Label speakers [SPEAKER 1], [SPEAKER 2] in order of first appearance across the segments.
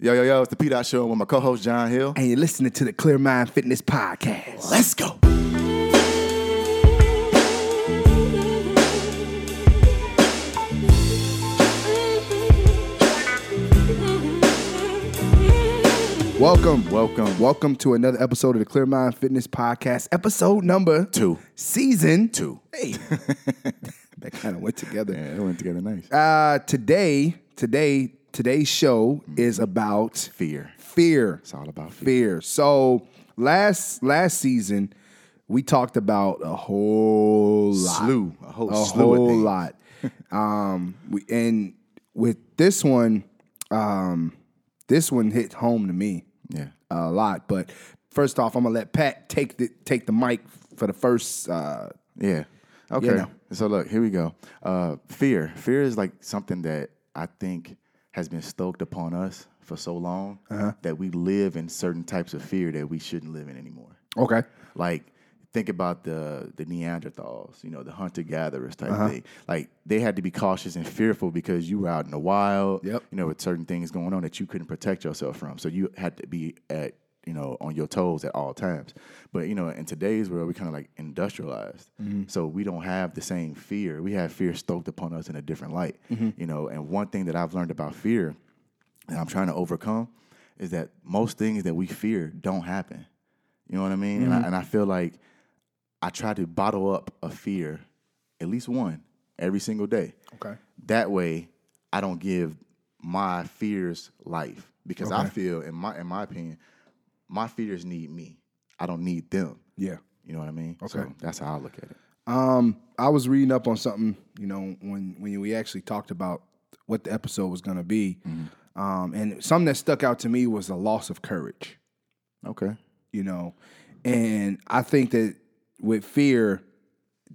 [SPEAKER 1] Yo, yo, yo, it's the P Dot Show. I'm with my co host, John Hill.
[SPEAKER 2] and you're listening to the Clear Mind Fitness Podcast.
[SPEAKER 1] Let's go.
[SPEAKER 2] Welcome, welcome, welcome to another episode of the Clear Mind Fitness Podcast, episode number
[SPEAKER 1] Two.
[SPEAKER 2] season
[SPEAKER 1] Two.
[SPEAKER 2] Hey, that kind of went together.
[SPEAKER 1] Yeah, it went together nice.
[SPEAKER 2] Uh, today, today, today's show is about
[SPEAKER 1] Mm-hmm. Fear.
[SPEAKER 2] fear.
[SPEAKER 1] It's all about fear.
[SPEAKER 2] fear. So last last season, we talked about a whole lot,
[SPEAKER 1] Slew. A whole
[SPEAKER 2] a
[SPEAKER 1] slew of
[SPEAKER 2] whole
[SPEAKER 1] things.
[SPEAKER 2] lot. um, we, and with this one, um, this one hit home to me
[SPEAKER 1] Yeah.
[SPEAKER 2] a lot. But first off, I'm gonna let Pat take the take the mic for the first. Uh,
[SPEAKER 1] Yeah. Okay.
[SPEAKER 2] know.
[SPEAKER 1] So look, here we go. Uh, fear. Fear is like something that I think has been stoked upon us for so long that we live in certain types of fear that we shouldn't live in anymore.
[SPEAKER 2] okay,
[SPEAKER 1] Like think about the the Neanderthals, you know, the hunter gatherers type thing. Like they had to be cautious and fearful because you were out in the wild,
[SPEAKER 2] Yep.
[SPEAKER 1] you know, with certain things going on that you couldn't protect yourself from. So you had to be at you know on your toes at all times. But you know, in today's world, we kind of like industrialized, so we don't have the same fear. We have fear stoked upon us in a different light, you know. And one thing that I've learned about fear that I'm trying to overcome is that most things that we fear don't happen. You know what I mean?
[SPEAKER 2] Mm-hmm.
[SPEAKER 1] And, I, and I feel like I try to bottle up a fear, at least one, every single day.
[SPEAKER 2] okay,
[SPEAKER 1] That way, I don't give my fears life because I feel, in my in my opinion, my fears need me. I don't need them.
[SPEAKER 2] yeah.
[SPEAKER 1] You know what I mean? So that's how I look at it.
[SPEAKER 2] Um, I was reading up on something, you know, when when we actually talked about what the episode was going to be, um, and something that stuck out to me was the loss of courage,
[SPEAKER 1] Okay.
[SPEAKER 2] you know, and I think that with fear,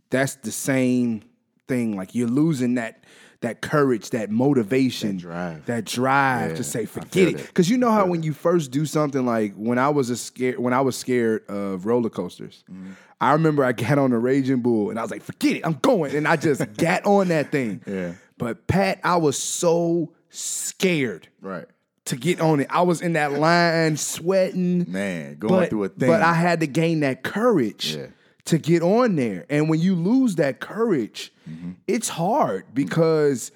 [SPEAKER 2] that's the same thing. Like you're losing that that courage, that motivation, that
[SPEAKER 1] drive.
[SPEAKER 2] drive to say forget it,
[SPEAKER 1] that.
[SPEAKER 2] because you know how when you first do something, like when I was a scared, when I was scared of roller coasters.
[SPEAKER 1] Mm-hmm.
[SPEAKER 2] I remember I got on a Raging Bull and I was like, forget it, I'm going. And I just got on that thing.
[SPEAKER 1] Yeah.
[SPEAKER 2] But Pat, I was so scared
[SPEAKER 1] Right.
[SPEAKER 2] to get on it. I was in that line sweating.
[SPEAKER 1] Man, going
[SPEAKER 2] But,
[SPEAKER 1] through a thing.
[SPEAKER 2] but I had to gain that courage
[SPEAKER 1] Yeah.
[SPEAKER 2] to get on there. And when you lose that courage,
[SPEAKER 1] Mm-hmm.
[SPEAKER 2] it's hard because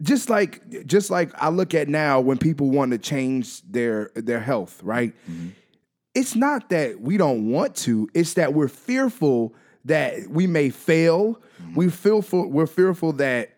[SPEAKER 2] just like just like I look at now when people want to change their their health, right?
[SPEAKER 1] Mm-hmm.
[SPEAKER 2] It's not that we don't want to, it's that we're fearful that we may fail.
[SPEAKER 1] Mm-hmm.
[SPEAKER 2] We fearful we're fearful that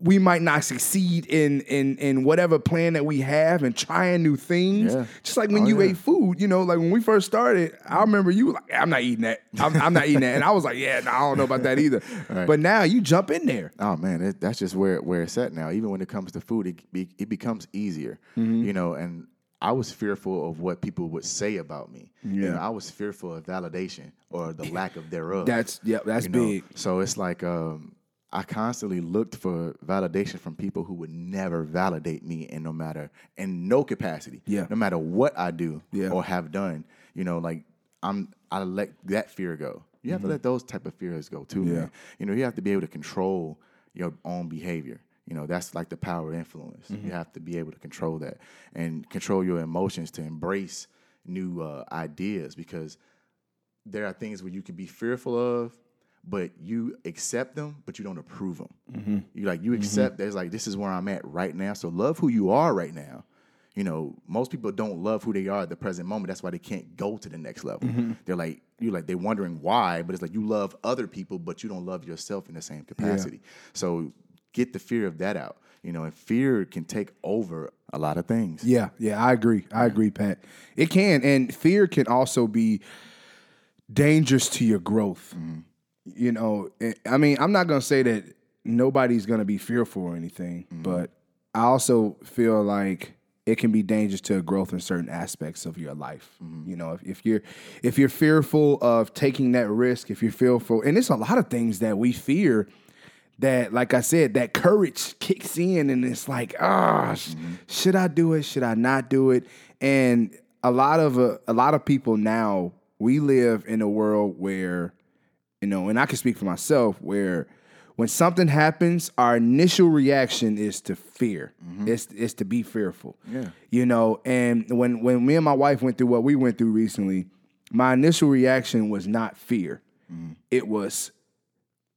[SPEAKER 2] we might not succeed in in in whatever plan that we have and trying new things.
[SPEAKER 1] Yeah. Oh,
[SPEAKER 2] Just like when you
[SPEAKER 1] yeah.
[SPEAKER 2] ate food, you know, like when we first started, I remember you were like, I'm not eating that. I'm, I'm not eating that. And I was like, yeah, no, I don't know about that either. But now you jump in there.
[SPEAKER 1] Oh man, it, that's just where where it's at now. Even when it comes to food, it be, it becomes easier, you know. And I was fearful of what people would say about me. You know, I was fearful of validation or the lack of thereof.
[SPEAKER 2] That's yeah, that's
[SPEAKER 1] you know?
[SPEAKER 2] big.
[SPEAKER 1] So it's like um, I constantly looked for validation from people who would never validate me in no matter in no capacity.
[SPEAKER 2] Yeah.
[SPEAKER 1] No matter what I do
[SPEAKER 2] Yeah.
[SPEAKER 1] or have done, you know, like I'm I let that fear go. You
[SPEAKER 2] Mm-hmm.
[SPEAKER 1] have to let those type of fears go too, man. You know, you have to be able to control your own behavior. You know, that's like the power of influence.
[SPEAKER 2] Mm-hmm.
[SPEAKER 1] You have to be able to control that and control your emotions to embrace new uh, ideas because there are things where you can be fearful of, but you accept them, but you don't approve them. You like you accept that it's like this is where I'm at right now. So love who you are right now. You know, most people don't love who they are at the present moment. That's why they can't go to the next level. They're like you like they're wondering why, but it's like you love other people, but you don't love yourself in the same capacity. So get the fear of that out. You know, and fear can take over a lot of things.
[SPEAKER 2] Yeah, yeah, I agree. I agree, Pat. It can, and fear can also be dangerous to your growth.
[SPEAKER 1] Mm.
[SPEAKER 2] You know, it- I mean, I'm not gonna say that nobody's gonna be fearful or anything, but I also feel like it can be dangerous to growth in certain aspects of your life. You know, if, if you're if you're fearful of taking that risk, if you're fearful, and it's a lot of things that we fear that like i said that courage kicks in and it's like ah sh- should i do it should i not do it and a lot of uh, a lot of people now we live in a world where you know and i can speak for myself where when something happens, our initial reaction is to fear. It's it's to be fearful.
[SPEAKER 1] Yeah.
[SPEAKER 2] You know, and when when me and my wife went through what we went through recently, my initial reaction was not fear. It was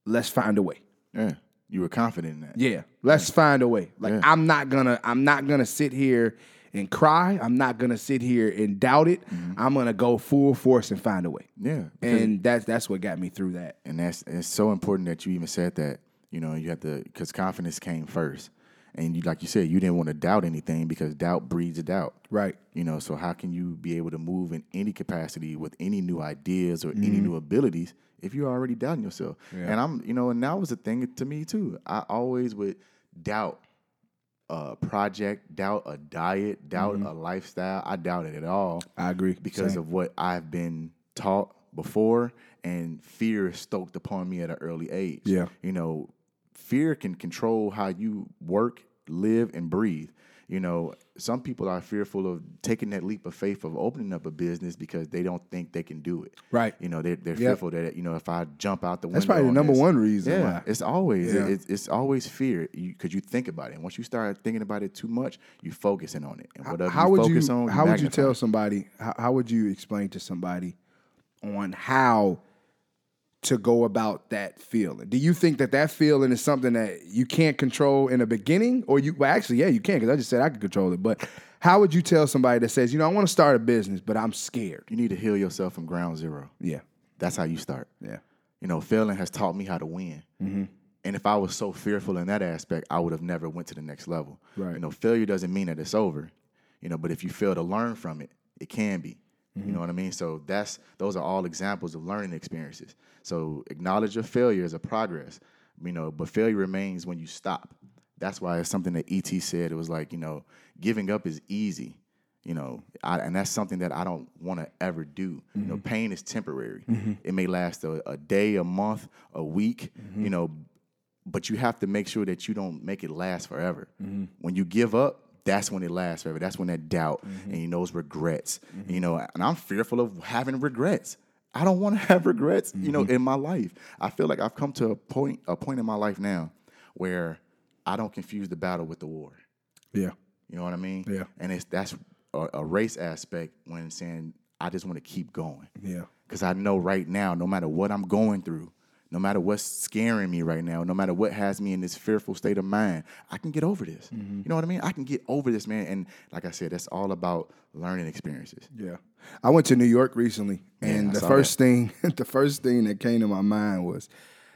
[SPEAKER 2] let's find a way.
[SPEAKER 1] Yeah. You were confident in that.
[SPEAKER 2] Yeah, let's find a way. Like
[SPEAKER 1] Yeah.
[SPEAKER 2] I'm not gonna I'm not gonna sit here and cry. I'm not gonna sit here and doubt it. I'm gonna go full force and find a way.
[SPEAKER 1] Yeah. because-
[SPEAKER 2] And that's that's what got me through that.
[SPEAKER 1] and that's it's so important that you even said that. You know, you have to because confidence came first, and you like you said, you didn't want to doubt anything because doubt breeds doubt.
[SPEAKER 2] Right.
[SPEAKER 1] You know, so how can you be able to move in any capacity with any new ideas or any new abilities if you're already doubting yourself? And I'm, you know, and that was the thing to me too. I always would doubt a project, doubt a diet, doubt a lifestyle. I doubted it all
[SPEAKER 2] I agree.
[SPEAKER 1] because of what I've been taught before, and fear is stoked upon me at an early age.
[SPEAKER 2] Yeah.
[SPEAKER 1] you know, fear can control how you work, live, and breathe. You know, some people are fearful of taking that leap of faith of opening up a business because they don't think they can do it.
[SPEAKER 2] Right.
[SPEAKER 1] You know, they're, they're fearful that you know if I jump out the window,
[SPEAKER 2] That's probably the
[SPEAKER 1] on
[SPEAKER 2] number
[SPEAKER 1] this-
[SPEAKER 2] one reason
[SPEAKER 1] Yeah,
[SPEAKER 2] why.
[SPEAKER 1] it's always
[SPEAKER 2] Yeah.
[SPEAKER 1] it, it's, it's always fear because you, think about it. And once you start thinking about it too much, you focusing on it. And whatever
[SPEAKER 2] how
[SPEAKER 1] you
[SPEAKER 2] would
[SPEAKER 1] focus
[SPEAKER 2] you
[SPEAKER 1] on,
[SPEAKER 2] how would you
[SPEAKER 1] magnify.
[SPEAKER 2] tell somebody how, how would you explain to somebody on how to go about that feeling do you think that that feeling is something that you can't control in the beginning or you well actually yeah you can because i just said i could control it but how would you tell somebody that says you know i want to start a business but i'm scared
[SPEAKER 1] You need to heal yourself from ground zero.
[SPEAKER 2] yeah
[SPEAKER 1] That's how you start.
[SPEAKER 2] yeah
[SPEAKER 1] You know, failing has taught me how to win. And if I was so fearful in that aspect, I would have never went to the next level.
[SPEAKER 2] Right.
[SPEAKER 1] You know, failure doesn't mean that it's over. You know, but if you fail to learn from it, it can be. You know what I mean? So that's those are all examples of learning experiences. So acknowledge your failure as a progress. You know, but failure remains when you stop. That's why it's something that ET said. It was like, you know, giving up is easy you know I, and that's something that i don't want to ever do you know pain is temporary it may last a, a day a month a week you know but you have to make sure that you don't make it last forever when you give up that's when it lasts forever that's when that doubt and you know it's regrets you know and i'm fearful of having regrets i don't want to have regrets you know in my life i feel like i've come to a point a point in my life now where i don't confuse the battle with the war
[SPEAKER 2] yeah
[SPEAKER 1] you know what I mean?
[SPEAKER 2] Yeah.
[SPEAKER 1] And it's that's a, a race aspect when saying I just want to keep going
[SPEAKER 2] yeah
[SPEAKER 1] because I know right now, no matter what I'm going through, no matter what's scaring me right now, no matter what has me in this fearful state of mind, I can get over this.
[SPEAKER 2] Mm-hmm.
[SPEAKER 1] You know what I mean? I can get over this, man. And like I said, that's all about learning experiences.
[SPEAKER 2] Yeah. I went to New York recently and
[SPEAKER 1] I
[SPEAKER 2] the
[SPEAKER 1] saw
[SPEAKER 2] first thing the first thing that came to my mind was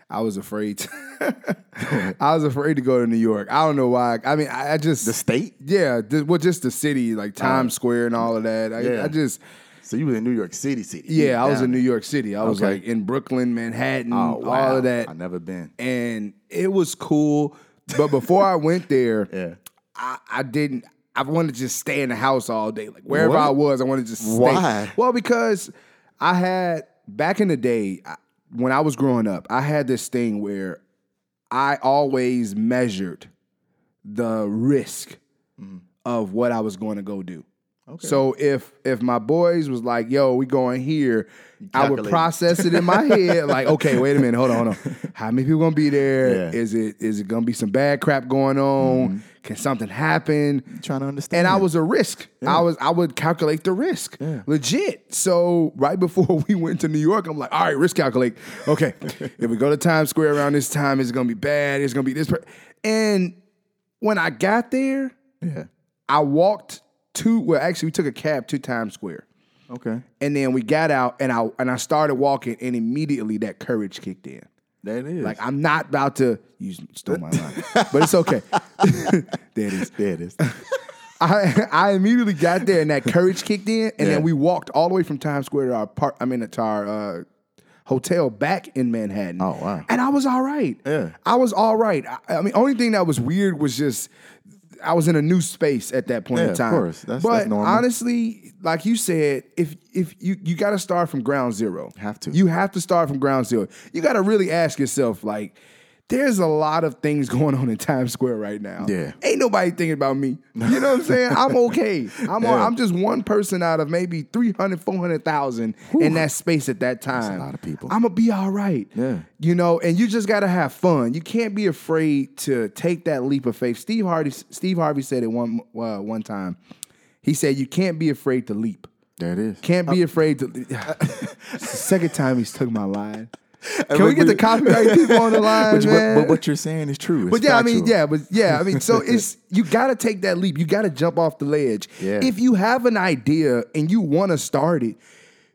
[SPEAKER 2] I was afraid to, I was afraid to go to New York. I don't know why. I mean, I, I just
[SPEAKER 1] The state.
[SPEAKER 2] yeah, the, well, just the city, like Times Square and all of that. I,
[SPEAKER 1] yeah.
[SPEAKER 2] I just
[SPEAKER 1] So you was in New York City, city.
[SPEAKER 2] yeah, I was
[SPEAKER 1] Down
[SPEAKER 2] in New York City. I was
[SPEAKER 1] Okay.
[SPEAKER 2] like in Brooklyn, Manhattan,
[SPEAKER 1] there. Oh, wow.
[SPEAKER 2] all of that,
[SPEAKER 1] I never been.
[SPEAKER 2] and it was cool. But before I went there,
[SPEAKER 1] Yeah.
[SPEAKER 2] I, I didn't. I wanted to just stay in the house all day, like wherever
[SPEAKER 1] What?
[SPEAKER 2] I was. I wanted to just stay.
[SPEAKER 1] Why?
[SPEAKER 2] Well, because I had back in the day I, when I was growing up, I had this thing where I always measured the risk of what I was going to go do.
[SPEAKER 1] Mm-hmm. Okay.
[SPEAKER 2] So if if my boys was like, "Yo, we going here," I would
[SPEAKER 1] calculate.
[SPEAKER 2] process it in my head like, "Okay, wait a minute, hold on, hold on. How many people gonna be there? Is
[SPEAKER 1] Yeah. Mm-hmm.
[SPEAKER 2] it is it gonna be some bad crap going on? Can something happen?"
[SPEAKER 1] trying to understand.
[SPEAKER 2] And I was a risk. I was I would calculate the risk. Legit. So right before we went to New York, I'm like, all right, risk calculate. Okay. if we go to Times Square around this time, it's gonna be bad. It's gonna be this per-. and when I got there,
[SPEAKER 1] Yeah.
[SPEAKER 2] I walked to well actually we took a cab to Times Square.
[SPEAKER 1] Okay.
[SPEAKER 2] And then we got out and I and I started walking and immediately that courage kicked in.
[SPEAKER 1] That is.
[SPEAKER 2] Like I'm not about to use stole my line. but it's okay. there it is.
[SPEAKER 1] there it is.
[SPEAKER 2] I, I immediately got there and that courage kicked in, and
[SPEAKER 1] Yeah.
[SPEAKER 2] then we walked all the way from Times Square to our park. I mean, to our uh, hotel back in Manhattan.
[SPEAKER 1] Oh, wow.
[SPEAKER 2] And I was all right.
[SPEAKER 1] Yeah.
[SPEAKER 2] I was all right. I, I mean, only thing that was weird was just I was in a new space at that point
[SPEAKER 1] Yeah,
[SPEAKER 2] in
[SPEAKER 1] of
[SPEAKER 2] time.
[SPEAKER 1] course. That's-
[SPEAKER 2] but
[SPEAKER 1] that's normal.
[SPEAKER 2] honestly, like you said, if if you you got to start from ground zero,
[SPEAKER 1] Have to.
[SPEAKER 2] You have to start from ground zero. You got to really ask yourself, like. there's a lot of things going on in Times Square right now.
[SPEAKER 1] Yeah.
[SPEAKER 2] Ain't nobody thinking about me. You know what I'm saying? I'm okay. I'm
[SPEAKER 1] Yeah.
[SPEAKER 2] I'm just one person out of maybe 300, 400,000 in that space at that time.
[SPEAKER 1] lot of people.
[SPEAKER 2] I'm gonna be all right.
[SPEAKER 1] Yeah.
[SPEAKER 2] You know, and you just gotta have fun. You can't be afraid to take that leap of faith. Steve Harvey Steve Harvey said it one uh, one time. He said you can't be afraid to leap.
[SPEAKER 1] There it is.
[SPEAKER 2] Can't be afraid to. It's the Uh, second time he's took my line. Can we
[SPEAKER 1] but-
[SPEAKER 2] get the copyright people on the line,
[SPEAKER 1] But, you-
[SPEAKER 2] man?
[SPEAKER 1] but, but what you're saying is true. It's
[SPEAKER 2] But yeah, I mean,
[SPEAKER 1] factual.
[SPEAKER 2] yeah, but yeah, I mean, so it's you got to take that leap. You got to jump off the ledge.
[SPEAKER 1] Yeah.
[SPEAKER 2] If you have an idea and you want to start it,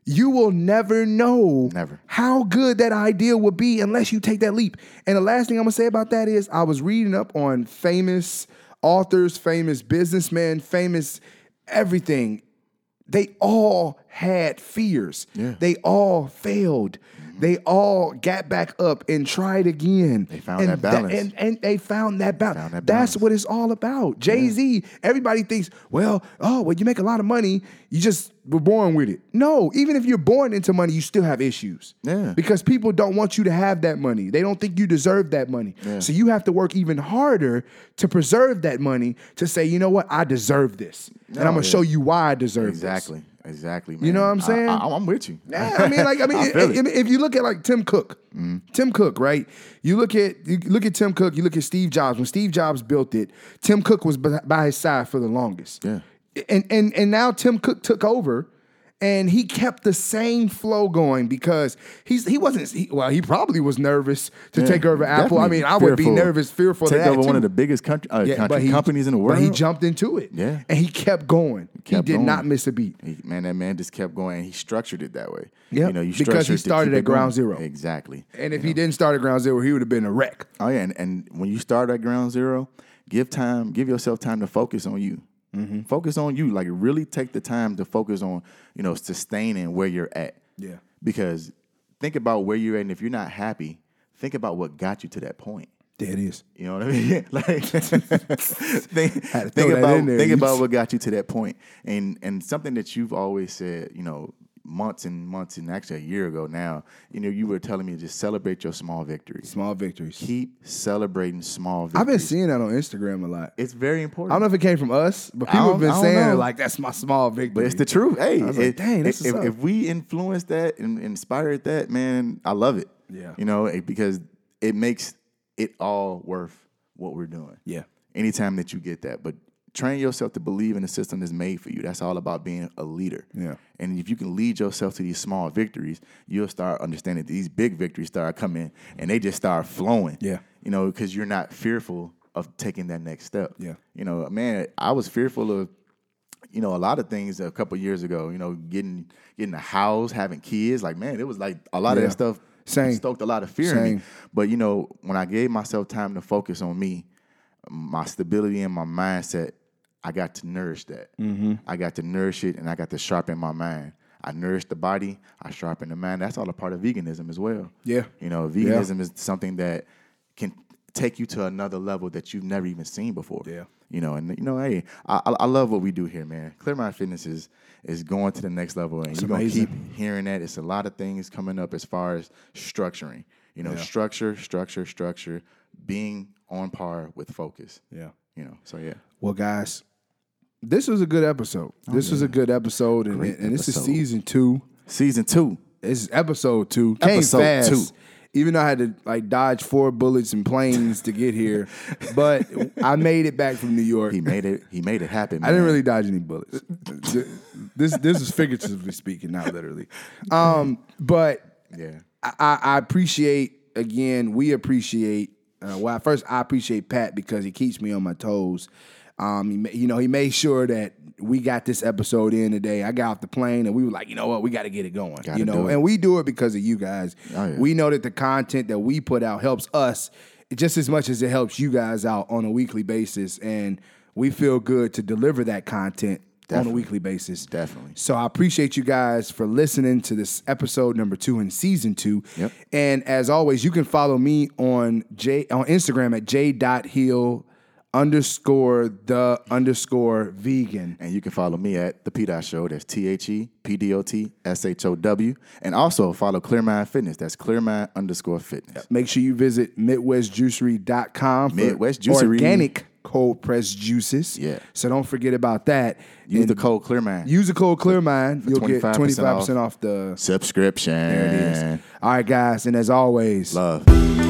[SPEAKER 2] you will never know
[SPEAKER 1] Never.
[SPEAKER 2] how good that idea would be unless you take that leap. And the last thing I'm gonna say about that is I was reading up on famous authors, famous businessmen, famous everything. They all had fears.
[SPEAKER 1] Yeah. Mm-hmm.
[SPEAKER 2] They all failed. They all got back up and tried again. They
[SPEAKER 1] found that balance.
[SPEAKER 2] and, and they found that balance.
[SPEAKER 1] Found that balance.
[SPEAKER 2] That's what it's all about. Jay Z. Everybody thinks, well, oh, well, you make a lot of money. You just were born with it. No, even if you're born into money, you still have issues.
[SPEAKER 1] Yeah.
[SPEAKER 2] Because people don't want you to have that money. They don't think you deserve that money. So you have to work even harder to preserve that money to say, you know what, I deserve this, and I'm gonna show you why I deserve this.
[SPEAKER 1] Oh, Exactly. Exactly. Man.
[SPEAKER 2] know what I'm
[SPEAKER 1] I-
[SPEAKER 2] saying?
[SPEAKER 1] I, am with you.
[SPEAKER 2] Yeah, I mean, like, I mean,
[SPEAKER 1] I
[SPEAKER 2] i-
[SPEAKER 1] feel
[SPEAKER 2] i-
[SPEAKER 1] it. Mm-hmm.
[SPEAKER 2] if, you look at like Tim Cook, Tim Cook, right? You look at you look at Tim Cook. You look at Steve Jobs. When Steve Jobs built it, Tim Cook was beh- by his side for the longest.
[SPEAKER 1] Yeah.
[SPEAKER 2] and and and now Tim Cook took over. And he kept the same flow going because he's he wasn't he, well he probably was nervous to take over Apple. I
[SPEAKER 1] Definitely
[SPEAKER 2] mean I would be
[SPEAKER 1] fearful.
[SPEAKER 2] nervous, fearful. of
[SPEAKER 1] Take
[SPEAKER 2] that
[SPEAKER 1] over one
[SPEAKER 2] too.
[SPEAKER 1] of the biggest country, uh,
[SPEAKER 2] Yeah,
[SPEAKER 1] country
[SPEAKER 2] but he-
[SPEAKER 1] companies in the
[SPEAKER 2] but
[SPEAKER 1] world.
[SPEAKER 2] he jumped into it.
[SPEAKER 1] Yeah.
[SPEAKER 2] and he kept going.
[SPEAKER 1] Kept
[SPEAKER 2] he did
[SPEAKER 1] going.
[SPEAKER 2] not miss a beat.
[SPEAKER 1] He- man, that man just kept going. and He structured it that way.
[SPEAKER 2] Yep,
[SPEAKER 1] you know, you
[SPEAKER 2] because
[SPEAKER 1] structured to
[SPEAKER 2] he started
[SPEAKER 1] keep
[SPEAKER 2] at
[SPEAKER 1] it going.
[SPEAKER 2] ground zero.
[SPEAKER 1] Exactly.
[SPEAKER 2] And if he didn't start at ground zero, he would have been a wreck.
[SPEAKER 1] Oh yeah, and, and when you start at ground zero, give time, give yourself time to focus on you.
[SPEAKER 2] Mm-hmm.
[SPEAKER 1] Focus on you. Like really take the time to focus on, you know, sustaining where you're at.
[SPEAKER 2] Yeah.
[SPEAKER 1] Because think about where you're at, and if you're not happy, think about what got you to that point.
[SPEAKER 2] There it is.
[SPEAKER 1] You know what I mean? like think,
[SPEAKER 2] to throw
[SPEAKER 1] think
[SPEAKER 2] that in
[SPEAKER 1] about
[SPEAKER 2] there.
[SPEAKER 1] think
[SPEAKER 2] You-
[SPEAKER 1] about what got you to that point. And and something that you've always said, you know, months and months and actually a year ago now, you know, you were telling me just celebrate your small victories.
[SPEAKER 2] Small victories.
[SPEAKER 1] Keep celebrating small victories.
[SPEAKER 2] I've been seeing that on Instagram a lot.
[SPEAKER 1] It's very important.
[SPEAKER 2] I don't know if it came from us, but people
[SPEAKER 1] don't-
[SPEAKER 2] have been
[SPEAKER 1] I don't
[SPEAKER 2] saying
[SPEAKER 1] know.
[SPEAKER 2] like that's my small victory.
[SPEAKER 1] but it's the truth. Hey,
[SPEAKER 2] was like,
[SPEAKER 1] it-
[SPEAKER 2] dang, that's
[SPEAKER 1] if,
[SPEAKER 2] what's
[SPEAKER 1] if,
[SPEAKER 2] up.
[SPEAKER 1] if we influenced that and inspired that, man, I love it.
[SPEAKER 2] Yeah.
[SPEAKER 1] You know, it- because it makes it all worth what we're doing.
[SPEAKER 2] Yeah.
[SPEAKER 1] Anytime that you get that. But train yourself to believe in a system that's made for you. That's all about being a leader.
[SPEAKER 2] Yeah.
[SPEAKER 1] And if you can lead yourself to these small victories, you'll start understanding that these big victories start coming and they just start flowing.
[SPEAKER 2] Yeah.
[SPEAKER 1] You know, because you're not fearful of taking that next step.
[SPEAKER 2] Yeah.
[SPEAKER 1] You know, man, I was fearful of you know, a lot of things a couple years ago, you know, getting getting a house, having kids, like man, it was like a lot of
[SPEAKER 2] Yeah.
[SPEAKER 1] that stuff
[SPEAKER 2] Same.
[SPEAKER 1] stoked a lot of fear in
[SPEAKER 2] Same.
[SPEAKER 1] me. But you know, when I gave myself time to focus on me, my stability and my mindset, I got to nourish that.
[SPEAKER 2] Mm-hmm.
[SPEAKER 1] I got to nourish it, and I got to sharpen my mind. I nourish the body, I sharpen the mind. That's all a part of veganism as well.
[SPEAKER 2] Yeah.
[SPEAKER 1] you know, veganism is something that can take you to another level that you've never even seen before.
[SPEAKER 2] Yeah.
[SPEAKER 1] You know, and you know, hey, I, I I love what we do here, man. Clear Mind Fitness is is going to the next level, and you're gonna
[SPEAKER 2] amazing.
[SPEAKER 1] keep hearing that. It's a lot of things coming up as far as structuring. You know, structure, structure, structure, being on par with focus.
[SPEAKER 2] yeah.
[SPEAKER 1] You know, so yeah,
[SPEAKER 2] Well, guys, this was a good episode. this was a good episode, and,
[SPEAKER 1] Oh, Great
[SPEAKER 2] and this is
[SPEAKER 1] episode.
[SPEAKER 2] season two.
[SPEAKER 1] season two.
[SPEAKER 2] This is episode two. Came
[SPEAKER 1] Episode
[SPEAKER 2] fast.
[SPEAKER 1] two.
[SPEAKER 2] Even though I had to like dodge four bullets and planes to get here, but I made it back from New York.
[SPEAKER 1] He made it. He made it happen. Man.
[SPEAKER 2] I didn't really dodge any bullets. this this is figuratively speaking, not literally. Um, but
[SPEAKER 1] Yeah.
[SPEAKER 2] I, I I appreciate again. We appreciate. Uh, well, first I appreciate Pat because he keeps me on my toes. Um, he, ma- you know, he made sure that we got this episode in today. I got off the plane and we were like, you know what, we got to get it going.
[SPEAKER 1] Gotta
[SPEAKER 2] you know,
[SPEAKER 1] do it.
[SPEAKER 2] and we do it because of you guys.
[SPEAKER 1] Oh, yeah.
[SPEAKER 2] We know that the content that we put out helps us just as much as it helps you guys out on a weekly basis, and we feel good to deliver that content on a
[SPEAKER 1] Definitely.
[SPEAKER 2] weekly basis.
[SPEAKER 1] Definitely.
[SPEAKER 2] So I appreciate you guys for listening to this episode number two in season two.
[SPEAKER 1] Yep.
[SPEAKER 2] And as always, you can follow me on J on Instagram at j.hill underscore the underscore vegan.
[SPEAKER 1] And you can follow me at the P Dot Show. That's T H E P D O T S H O W. And also follow Clear Mind Fitness. That's Clear Mind underscore fitness.
[SPEAKER 2] Make sure you visit MidwestJuicery.com for
[SPEAKER 1] Midwest Juicery.
[SPEAKER 2] organic cold pressed juices.
[SPEAKER 1] Yeah.
[SPEAKER 2] So don't forget about that.
[SPEAKER 1] Use
[SPEAKER 2] And
[SPEAKER 1] the code Clear Mind.
[SPEAKER 2] use the code ClearMind. You'll get
[SPEAKER 1] 25%
[SPEAKER 2] 25%
[SPEAKER 1] off.
[SPEAKER 2] off the.
[SPEAKER 1] Subscription.
[SPEAKER 2] All right, guys. And as always,
[SPEAKER 1] Love.